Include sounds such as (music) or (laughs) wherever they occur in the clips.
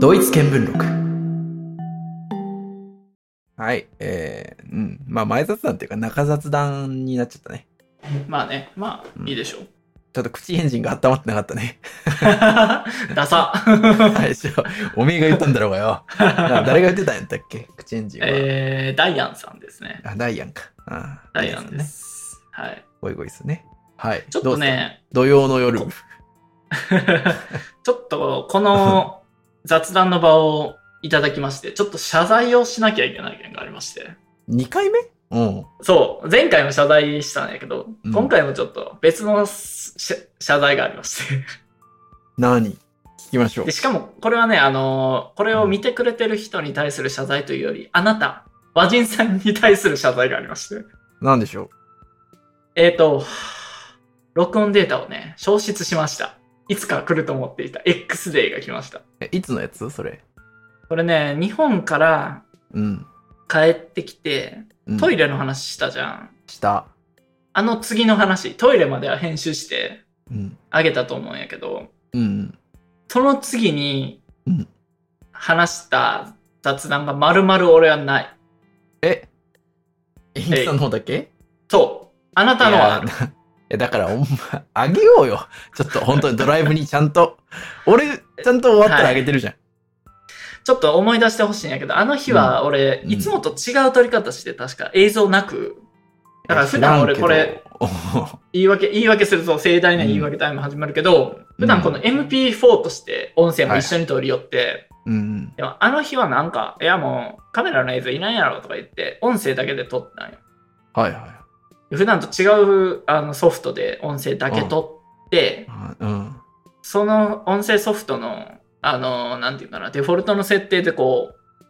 ドイツ見聞録。はい、えー、うん。まあ、前雑談っていうか中雑談になっちゃったね。まあね、まあ、いいでしょう。 (laughs) ちょっと口エンジンが温まってなかったね。(laughs) ダサ。最初、おめえが言ったんだろうが (laughs) よ。あ誰が言ってたんやったっけ口エンジンは。えー、ダイアンさんですね。あ、ダイアンか。あダイアンでね。す。はい。ゴイゴイすね。はい。ちょっどとうですか。ね、土曜の夜。 (laughs) ちょっとこの雑談の場をいただきまして、ちょっと謝罪をしなきゃいけない件がありまして。 2回目うん。そう、前回も謝罪したんやけど、うん今回もちょっと別の謝謝罪がありまして。何聞きましょうで。しかも、これはね、あのこれを見てくれてる人に対する謝罪というより、あなた、和人さんに対する謝罪がありまして。何でしょえっ、と、録音データをね、消失しました。いつか来ると思っていた X デーが来ました。うえ、いつのやつそれ。これね、日本からうん。帰ってきて、うんトイレの話したじゃん。した。あの次の話、トイレまでは編集してうん。あげたと思うんやけど、うん。その次にうん話した雑談が丸々俺はない。え、インキさんの方だけそう。あなたのはあいるや (laughs) いやだから、ほんま、あげようよ。ちょっと本当にドライブにちゃんと。俺、ちゃんと終わったらあげてるじゃん。ちょっと思い出してほしいんやけど、あの日は俺、うんいつもと違う撮り方して、確か映像なく。だから普段俺これ、知らんけど。 (laughs) 言い訳、言い訳すると盛大な言い訳タイム始まるけど、普段この MP4 として音声も一緒に取り寄って、うん。でもあの日はなんか、いやもうカメラの映像いないやろとか言って、音声だけで撮ったんよ。はいは普段と違うあのソフトで音声だけ撮って、い。うん。その音声ソフトの、あの、なんていうかな、デフォルトの設定でこう、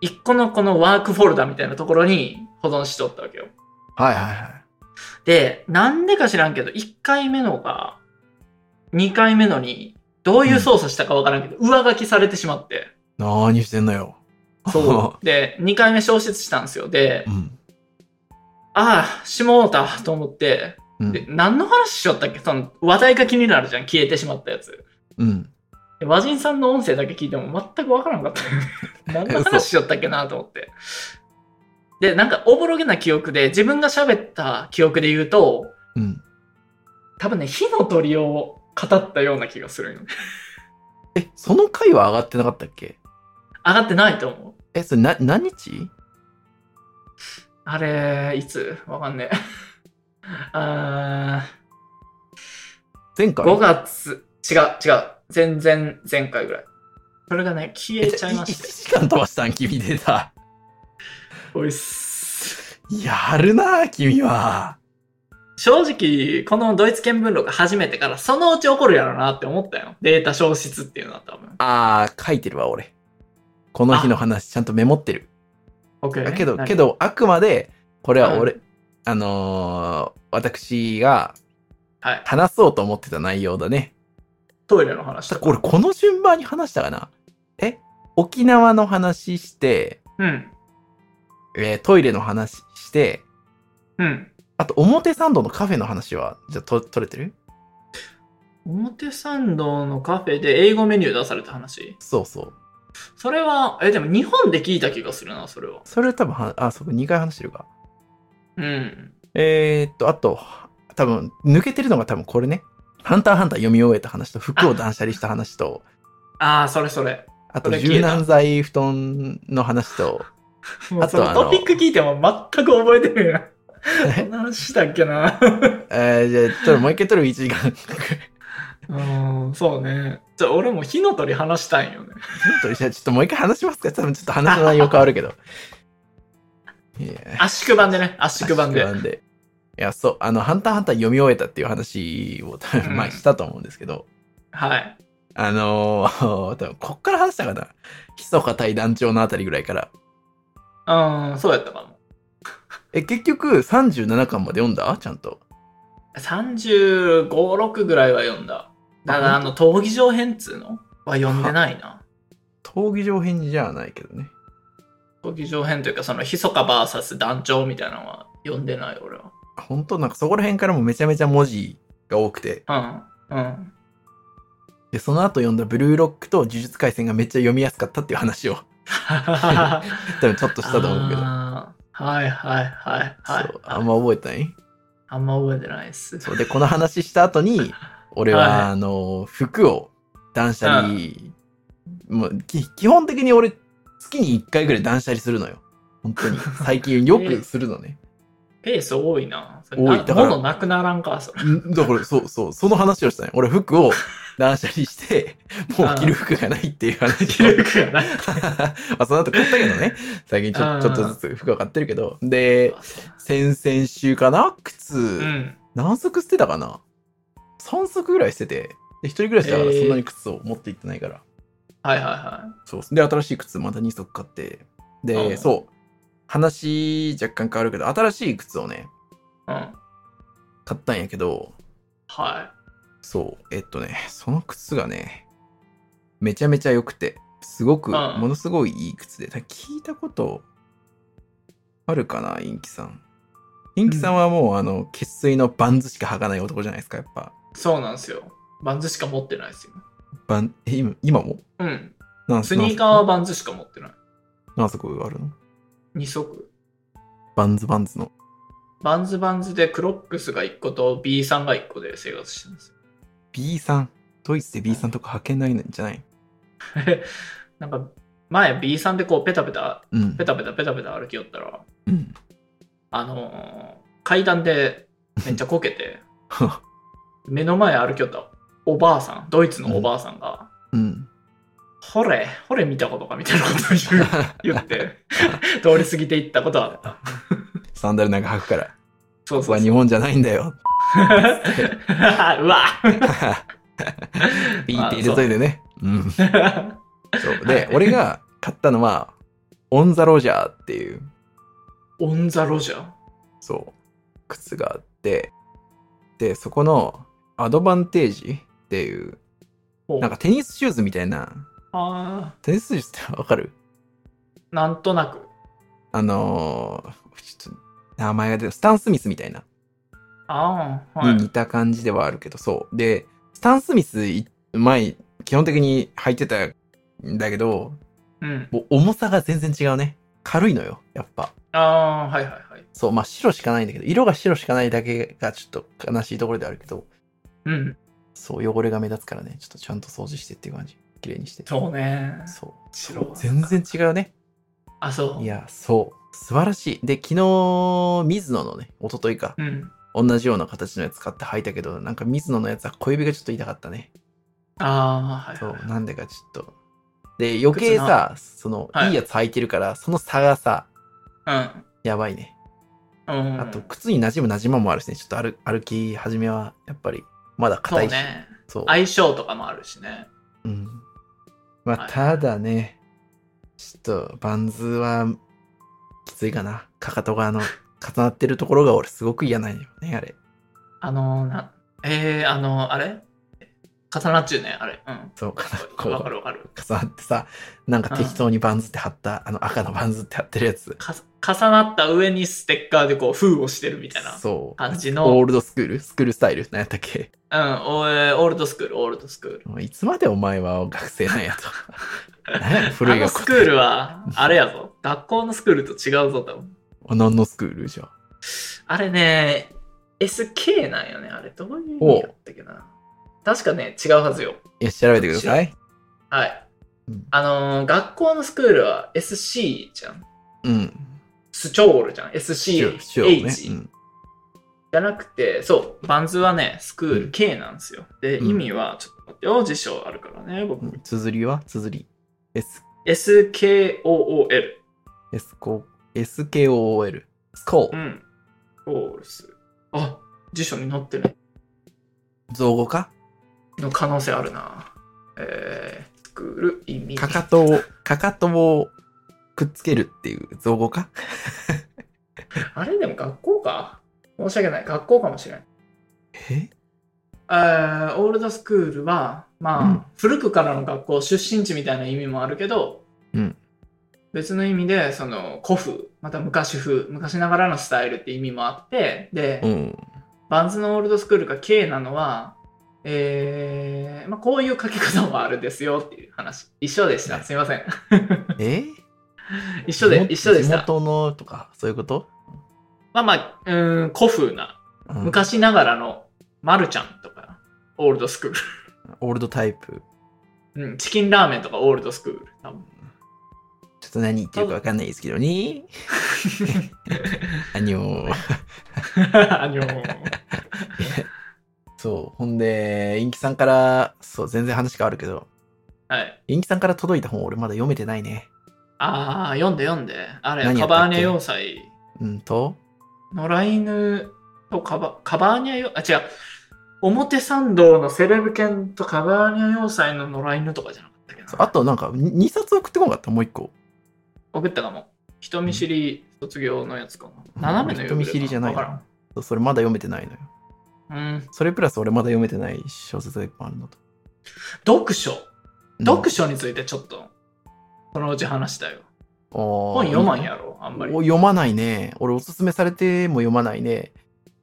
一個のこのワークフォルダみたいなところに保存しとったわけよ。はいはいはい。で、なんでか知らんけど、1回目のが、2回目のに、どういう操作したかわからんけど、上書きされてしまって。何してんのよ。そう。 (laughs) で、2回目消失したんですよ。で (laughs) う。、ん。ああ、しもうたと思って、うんで、何の話しよったっけその、話題が気になるじゃん。消えてしまったやつ。うん。で和人さんの音声だけ聞いても全くわからんかったよね。 (laughs) 何の話しよったっけなと思って。で、なんか、おぼろげな記憶で、自分が喋った記憶で言うと、うん。多分ね、火の鳥を語ったような気がするよね。え、その回は上がってなかったっけ上がってないと思う。え、それな、何日あれ、いつわかんねえ。 (laughs) あ前ー回5月、違う、違う。全然前回ぐらい。それがね、消ええじちゃゃあいま1し時間飛ばした (laughs) ん、君でさ。た。おいっす。やるな、君は。正直、このドイツ見聞録始めてから、そのうち起こるやろなって思ったよ。データ消失っていうのは多分。ああ、書いてるわ、俺。この日の話、ちゃんとメモってる。 OK だけど、何けど、あくまで、これは俺、あのー私がはい。話そうと思ってた内容だね。トイレの話さとか。俺、この順番に話したかな。え沖縄の話して、うん。えートイレの話して、うん。あと、表参道のカフェの話は、じゃあ、と、取れてる表参道のカフェで英語メニュー出された話。そうそう。それは、え、でも日本で聞いた気がするな、それは。それ多分は、あ、そうか、2回話してるか。うん。えー、っと、あと、多分、抜けてるのが多分これね。ハンターハンター読み終えた話と、服を断捨離した話と、ああ、それそれ。あとこれ消柔えた軟剤布団の話 (laughs) と、もうそあのとあのトピック聞いても全く覚えてるやん。何したっけな。えー、じゃあちょっともう一回撮る1時間。ヒうん、そうね。じゃあ俺も火の鳥話したいんよね。ントにしたらちょっともう一回話しますか多分ちょっと話の内容変わるけど。いや圧縮版でね、圧縮版で。圧縮でいや、そう、あの、ハンターハンター読み終えたっていう話を多分、うんまあ、したと思うんですけど、はい。あのー、多分こっから話したかな。基礎か対団長のあたりぐらいから。うん、そうやったかも。え、結局、37巻まで読んだちゃんと。 35、6ぐらいは読んだ。ただ、あの、闘技場編っつうのは読んでないな。闘技場編じゃないけどね。闘技場編というか、その、ひそか VS 団長みたいなのは読んでない、俺は。 (laughs) 本当なんかそこら辺からもめちゃめちゃ文字が多くて、うん、うん。で、その後読んだブルーロックと呪術廻戦がめっちゃ読みやすかったっていう話を (laughs) 多分ちょっとしたと思うけど。あーはいはいはいはい。そうあんま覚えてないあんま覚えてないです。そうで、この話した後 (laughs) に、俺は、はいあの、服を断捨離、もうき基本的に俺、月に1回ぐらい断捨離するのよ。本当に。最近 (laughs) よくするのね。ペース多いな。それ多いなだから物なくならんか、それ。んだから、そうそう、その話をしたね。俺、服を断捨離 (laughs) して、もう着る服がないっていう話を。気力がな (laughs) い。まあ、その後買ったけどね。最近ちうょんちょっとずつ服は買ってるけど。で、先々週かな靴、うん。何足捨てたかな ?3 足ぐらい捨てて。で、一人暮らしだからえーそんなに靴を持って行ってないから。はいはいはそうで、新しい靴また2足買って。で、うんそう。話若干変わるけど、新しい靴をね、い。うん。買ったんやけど、はそう。えっとね、その靴がね、めちゃめちゃ良くて、すごく、うんものすごいいい靴で、ただ聞いたことあるかな、インキさん。インキさんはもう、あの、血水のバンズしか履かない男じゃないですか、やっぱ。い。そうなんですよ。バンズしか持ってないですよ。バン、え、今今もうん。なんスニーカーはバンズしか持ってない。何足あるの2足。バンズバンズの。バンズバンズでクロックスが1個と B さんが1個で生活してるんですよ。 B さん。ドイツで B さんとか履けないんじゃないなんか前 B さんでこうペタペタ、うんペ。タペタペタペタ歩きよったら、うん。 (laughs) あのー階段でめっちゃこけて、目の前歩きよったおばあさん、ドイツのおばあさんが、うん。 (laughs) ほれ、ほれ見たことかみたいなことを言 (laughs) う言って、通り過ぎていったことはあった。サンダルなんか履くから。そうここそうはそう。日本じゃないんだよ。 (laughs) うわ (laughs) ビーって入れといてね。うん。そう。で、俺が買ったのは、オン・ザ・ロジャーっていう、オンザロジャー。そう、靴があって、で、そこの、アドバンテージっていう、ほうなんかテニスシューズみたいな、あテニスシューズってわかるーなんとなく。あのーちょっと、名前が出る、スタン・スミスみたいな、ああ、はい。に似た感じではあるけど、そう。で、スタン・スミスい、前、基本的に履いてたんだけど、うん。もう重さが全然違うね。軽いのよ、やっぱ。ああ、はいはいはい。そう、まあ白しかないんだけど、色が白しかないだけがちょっと悲しいところではあるけど、うん。そう、汚れが目立つからね、ちょっとちゃんと掃除してっていう感じ。綺麗にして。そうね。そう。白は全然違うね。あ、そう。いや、そう。素晴らしい。で、昨日、水野のね、一昨日か、うん。同じような形のやつ買って履いたけど、なんか水野のやつは小指がちょっと痛かったね。ああ、はいそはうい、。なんでかちょっと。で、余計さ、その、はいい、いやつ履いてるから、その差がさ、やばいね。うん。うん、あと、靴に馴染む馴染まもあるしね、ちょっと歩歩き始めは、やっぱり、まだそ硬ういし。ね。そう。相性とかもあるしね。うん。まはあ、いただね、ちょっと、バンズは、きついかな。かかとが、あの、重なってるところが俺、すごく嫌なんよね、あれ。あの、な、えー、あの、あれ重なっちゅうね、あれ。うん。そう、かなこわかう、るわかる。重なってさ、なんか適当にバンズって貼った、あの、赤のバンズって貼ってるやつ。か重なった上にステッカーでこう封をしてるみたいなそう。感じオの、うーん、ルドスクールスクールスタイル何やったっけおえーオールドスクール、オールドスクール。もういつまでお前は学生なんや (laughs) と。何や古いあの学校スクールは、あれやぞ。学校のスクールと違うぞ、多分。あ何のスクールじゃん。あれね、SK なんよね、あれ。どういう意味だったっけな。確かね、違うはずよ。いや、調べてください。はい。うんあのー学校のスクールは SC じゃん。うん。スチョールじゃん。しようね SCH、うんじゃなくて、そう、バンズはね、スクーうルん K なんですよ。で、うん意味は、ちょっと待ってよ、辞書あるからね、僕。うん。綴りは綴り。S SKOOL。 S コ SKOOL。スコーうル。ん。オールス。あ、辞書に載ってない造語かの可能性あるな。えー、スクール意味。かかとを、かかとをくっつけるっていう造語かあれでも学校か。申し訳ない。学校かもしれない。ええーオールドスクールは、まあ、うん古くからの学校、出身地みたいな意味もあるけど、うん別の意味で、その古風、また昔風、昔ながらのスタイルって意味もあって、で、うん。バンズのオールドスクールが K なのは、えーまあ、こういう書き方もあるんですよっていう話。一緒でした。すいません。え一緒で、一緒でし地た。元のとか、そういうことまあまあ、うーん、古風な、うん昔ながらの、マルちゃんとか、オールドスクーオールドタイプ。ル。うん、チキンラーメンとかオールドスクール。多 (laughs) 分ちょっと何言ってるかわかんないですけど (laughs) ね。あの、あのそう。ほんで、インキさんから、そう、全然話変わるけど、はい。インキさんから届いた本俺まだ読めてないね。ああ、読んで読んで。あれ、何やカったっバけーニャ要塞。うんと、野良犬とカバカバーニャ要あ違う表参道のセレブ犬とカバーニャ要塞の野良犬とかじゃなかったっけそうなあとなんか2冊送ってこなかった、もう1個。送ったかも人見知り卒業のやつかうんな斜めの人見知りじゃないかな。そうそれまだ読めてないのよ。らんうんそれプラス俺まだ読めてない小説がいっぱいあるのと。読書うん読書についてちょっとそのうち話したよ本本読まんやろあんまりお読まないね。俺おすすめされても読まないね。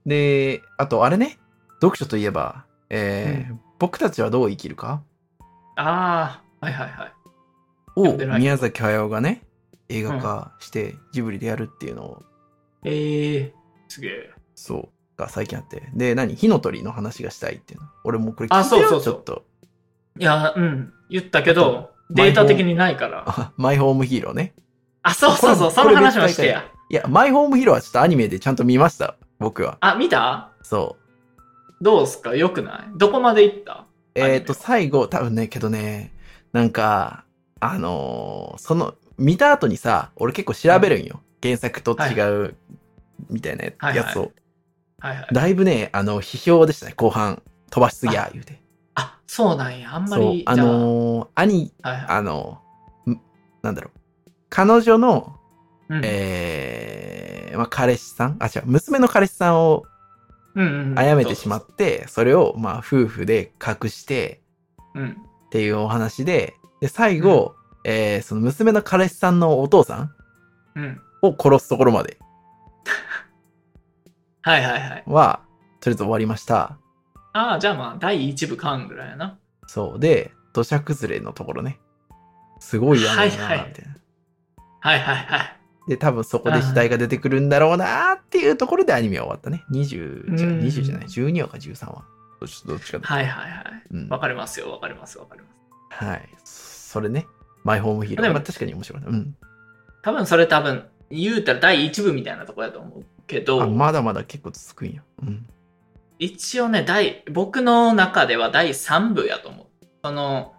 で、あとあれね、読書といえば、えー僕たちはどう生きるかああはいはいはいを読んでない宮崎駿がね、映画化してジブリでやるっていうのを、ええー、すげえそう、が最近あって。で、何火の鳥の話がしたいっていうの。俺もうこれあ聞いてよそうそうそうちょっと。 (laughs) いやうん言ったけあどデータ的にないからあマイホームヒーローね。あそうそうそうこそれのこれ別話もして大やいや、マイホームヒーローはちょっとアニメでちゃんと見ました。僕は。あ見たそう。どうすかよくないどこまで行ったえっ、と、アニメは最後、多分ね、けどね、なんか、あのーその、見た後にさ、俺結構調べるんよ。原作と違う、みたいなやつを。はいははいはい。だいぶね、あの、批評でしたね、後半。飛ばしすぎや、言うて。あ、そうなんや。あんそまうり、。あのー兄、じゃあ、はいはい。あのーんなんだろう。彼女の、うん、えー、まあ、彼氏さんあ、違う、娘の彼氏さんをうんうん、殺めてしまって、それを、まあ、夫婦で隠して、そうそうそう。うん。っていうお話で、で、最後、えーその娘の彼氏さんのお父さんうん。を殺すところまではいはいはい。は、とりあえず終わりました。ああ、じゃあまあ、第一部間ぐらいやな。そう。で、土砂崩れのところね。すごいやな、みたいな。はいはいはいはいはい。で、多分そこで死体が出てくるんだろうなーっていうところでアニメは終わったね。20、違ううん20じゃない、12話か13話。どっちどっちかだ。はいはいはい。うんわかりますよ。わかります。わかります。はい。それね。マイホームヒーロー。でもまあ確かに面白いな。うん。多分それ多分、言うたら第一部みたいなとこやと思うけあ、ど、まだまだ結構続くんや。うん。一応ね、第、僕の中では第三部やと思う。その、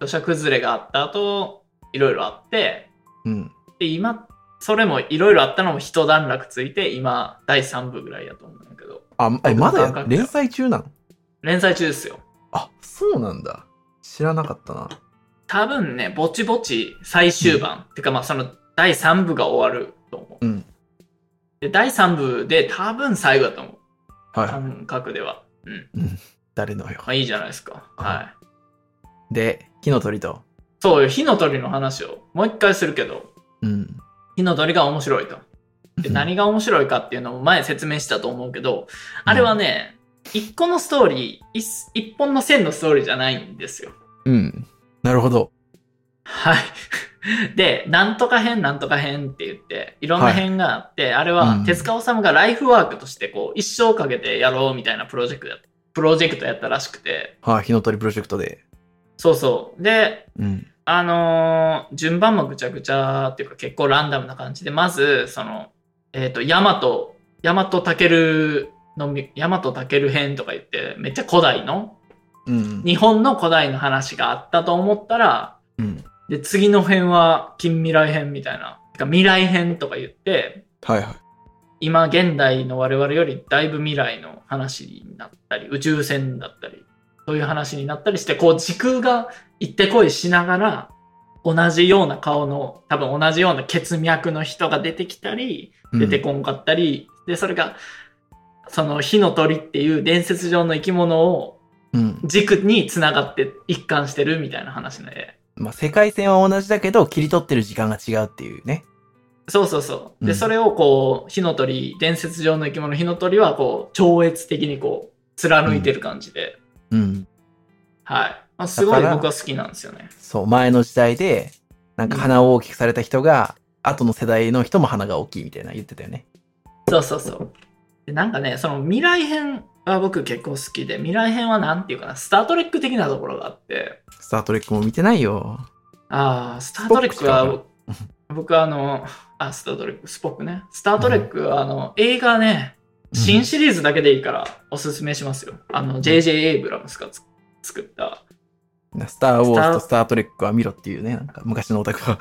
土砂崩れがあった後、いろいろあって、うん。で今それもいろいろあったのも一段落ついて今第3部ぐらいやと思うんだけどあ、え、まだや感覚連載中なの連載中ですよあそうなんだ知らなかったな多分ねぼちぼち最終版、てかまあその第3部が終わると思ううんで第3部で多分最後だと思うは感覚ではうんい、うん、誰のよまあいいじゃないですかはいはいで火の鳥とそうよ火の鳥の話をもう一回するけどうん火の鳥が面白いとで何が面白いかっていうのも前説明したと思うけど、あれはね、一個のストーリー、一一本の線のストーリーじゃないんですよ。うんなるほどはい。 (laughs) で、なんとか編、なんとか編って言って、いろんな編があって、あれうはん手塚治虫がライフワークとして、こう、一生かけてやろうみたいなプロジェクトやった、プロジェクトやったらしくて、はい火の鳥プロジェクトでそうそう。で、うんあのー順番もぐちゃぐちゃっていうか結構ランダムな感じで、まず、その、えっ、と、ヤマト、ヤマトタケルのみ、ヤマトタケル編とか言って、めっちゃ古代の、うん日本の古代の話があったと思ったら、うんで、次の編は近未来編みたいな、てか未来編とか言って、はいはい今現代の我々よりだいぶ未来の話になったり、宇宙船だったり、そういう話になったりして、こう時空が行ってこいしながら、同じような顔の、多分同じような血脈の人が出てきたり、出てこんかったり、で、それが、その火の鳥っていう伝説上の生き物をうん、うん軸につながって一貫してるみたいな話で。まあ、世界線は同じだけど切り取ってる時間が違うっていうねそうそうそう。で、うんそれをこう、火の鳥、伝説上の生き物火の鳥はこう、超越的にこう、貫いてる感じで、うん。はい。まあ、すごい僕は好きなんですよね。そう、前の時代で、なんか鼻を大きくされた人が、後の世代の人も鼻が大きいみたいな言ってたよね。そうそうそう。でなんかね、その未来編は僕結構好きで、未来編はなんていうかな、スタートレック的なところがあって、スタートレックも見てないよ。ああ、スタートレックスポは、僕はあの、あ、スタートレック、スポックね。スタートレックはあの、映画ね、新シリーズだけでいいからおすすめしますよ。あの、JJ エイブラムスがつ作った。スター・ウォーズとスタースター・トレックは見ろっていうね、なんか昔のオタクは、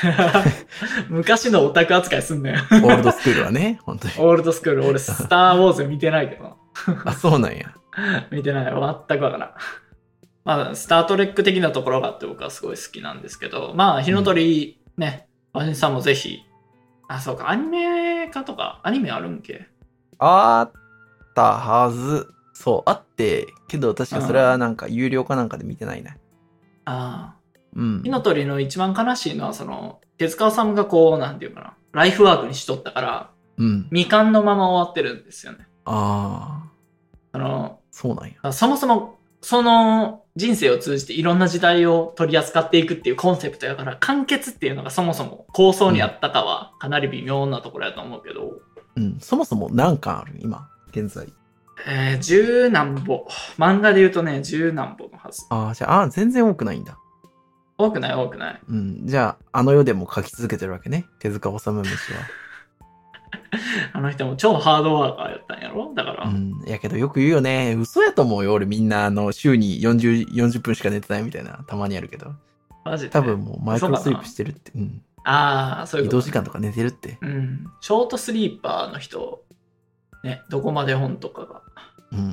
(laughs) (laughs) 昔のオタク扱いすんねん。オールドスクールはね、本当に。 (laughs) オールドスクール、俺、スター・ウォーズ見てないけど。あ、そうなんや。見てない。全くわからん。まあ、スター・トレック的なところがあって僕はすごい好きなんですけど、まあ、火の鳥ね、アニさんもぜひ、あ、そうか、アニメ化とか、アニメあるんけあったはず。そう、あって、けど確かそれはなんか有料かなんかで見てないね。ああ。うん火。の鳥の一番悲しいのは、その、手塚治虫がこう、なんていうかな、ライフワークにしとったから、うん。未完のまま終わってるんですよね。ああ、その、そうなんや。そもそも、その人生を通じていろんな時代を取り扱っていくっていうコンセプトやから、完結っていうのがそもそも構想にあったかはかなり微妙なところやと思うけど、うん。そもそも何巻ある今、現在。えー、十何本。漫画で言うとね、十何本のはず。ああ、じゃあ、あー全然多くないんだ。多くない多くない。うん。じゃあ、あの世でも書き続けてるわけね。手塚治虫は。あの人も超ハードワーカーやったんやろだから、うん。やけどよく言うよね。嘘やと思うよ。俺みんな、あの、週に40、40分しか寝てないみたいな、たまにあるけど。マジで。多分もうマイクロスリープしてるって。うん。ああ、そういう移こと、動時間とか寝てるって。うん。ショートスリーパーの人、ね、どこまで本とかが。うん。ま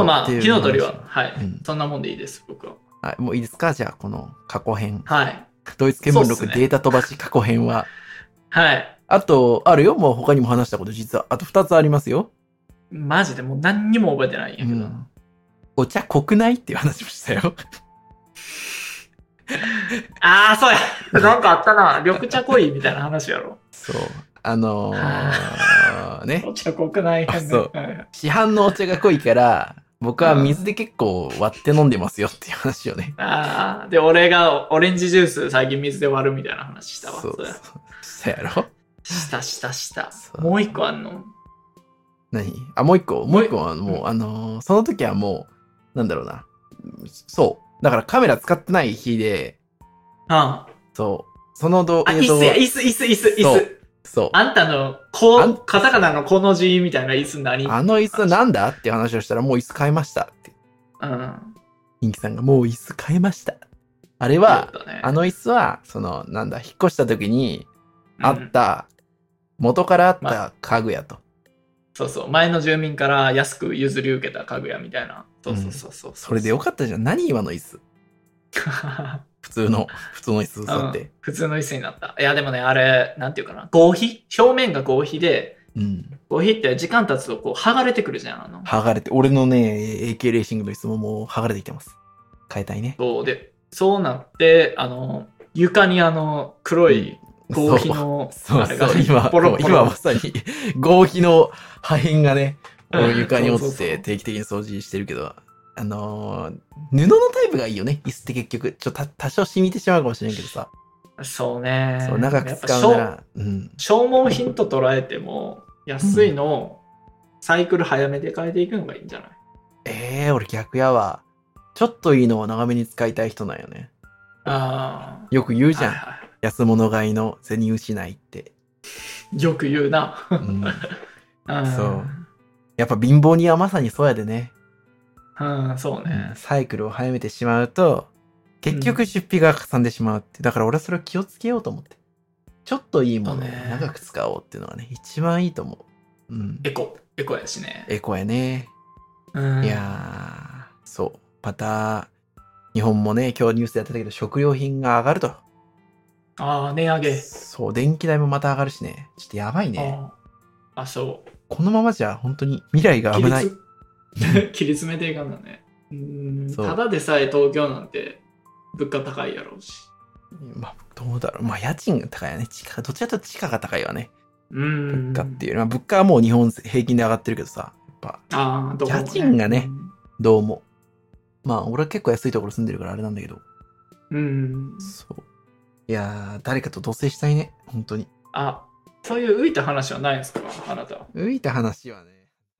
あまあ、そうっていう火の鳥話は、はい、うんそんなもんでいいです、僕は。はい、もういいですかじゃあ、この過去編。はい。ドイツ見聞そう録っすねデータ飛ばし過去編は。はい。あと、あるよ。もう他にも話したこと、実は。あと2つありますよ。マジでもう何にも覚えてないんやうけど、ん。お茶濃くないっていう話もしたよ。 (laughs) ああそうやなんかあったな緑茶濃いみたいな話やろそう。あのー、ね。お茶濃くないあそうはいはい市販のお茶が濃いから、僕は水で結構割って飲んでますよっていう話をね。ああで俺がオレンジジュース最近水で割るみたいな話したわそうそそううや。したやろしたしたしたそうもう一個あんの何あ、もう一個。もう一個はもう、あのーその時はもう、なんだろうな。そう。だからカメラ使ってない日で、ああそう。その動あ映椅像子やは椅子椅子椅子椅そ子うそう。あんたのこあうんカタカナのこの字みたいな椅子何あの椅子なんだって話をしたら、もう椅子買いましたって。うんインキさんが、もう椅子買いました。あれは、はあの椅子は、その、なんだ、引っ越した時にあうんった、元からあっまた家具やと。そうそう前の住民から安く譲り受けた家具屋みたいなそうそうそうそうそれでよかったじゃん。何今の椅子。 (laughs) 普通の、普通の椅子座って。普通の椅子になった。いや、でもね、あれ、なんていうかな、合皮表面が合皮で、うん。合皮って時間経つとこう、剥がれてくるじゃん、あの。剥がれて、俺のね、AK レーシングの椅子ももう剥がれてきてます。変えたいね。そうで、そうなって、あの、床にあの、黒い合皮そうの、そうあれがそう、今、ポロポロ今まさに合皮の破片がね、この床に落そうちそうそうて定期的に掃除してるけど、あのー布のタイプがいいよね、椅子って結局。ちょっとた多少染みてしまうかもしれんけどさ、そうね。そう長くやっぱ使うなら、うん。消消耗品と捉えても、安いのをサイクル早めで変えていくのがいいんじゃないええー、俺逆やわ。ちょっといいのを長めに使いたい人なんよね。あよく言うあ。じゃん。はいは安物買いの銭失い (laughs) って。いよく言うな。うん、うん、そうやっぱ貧乏にはまさにそうやでね。うん、そうね。サイクルを早めてしまうと結局出費がかさんでしまうって、だから俺はそれを気をつけようと思ってちょっといいものをそうね長く使おうっていうのはね一番いいと思う、うん、エコ、エコやしね。エコやね、うん、いやーそうまた日本もね今日ニュースでやってたけど食料品が上がるとああ、値上げ。そう電気代もまた上がるしねちょっとやばいねあああ、そう。このままじゃ本当に未来が切危りないつ (laughs) 切り詰めていかんだね。うーんそうただでさえ東京なんて物価高いやろうし。まあどうだろうまあ家賃が高いよね地価どちらかというと地価が高いわねうーん。物価っていうより、まあ、物価はもう日本平均で上がってるけどさやっぱああ、どこも家賃がねうんどうも。まあ、俺は結構安いところ住んでるからあれなんだけど。うん。そう。いやー、誰かと同棲したいね。本当に。あ、そういう浮いた話はないんですかあなたは。浮いた話はね、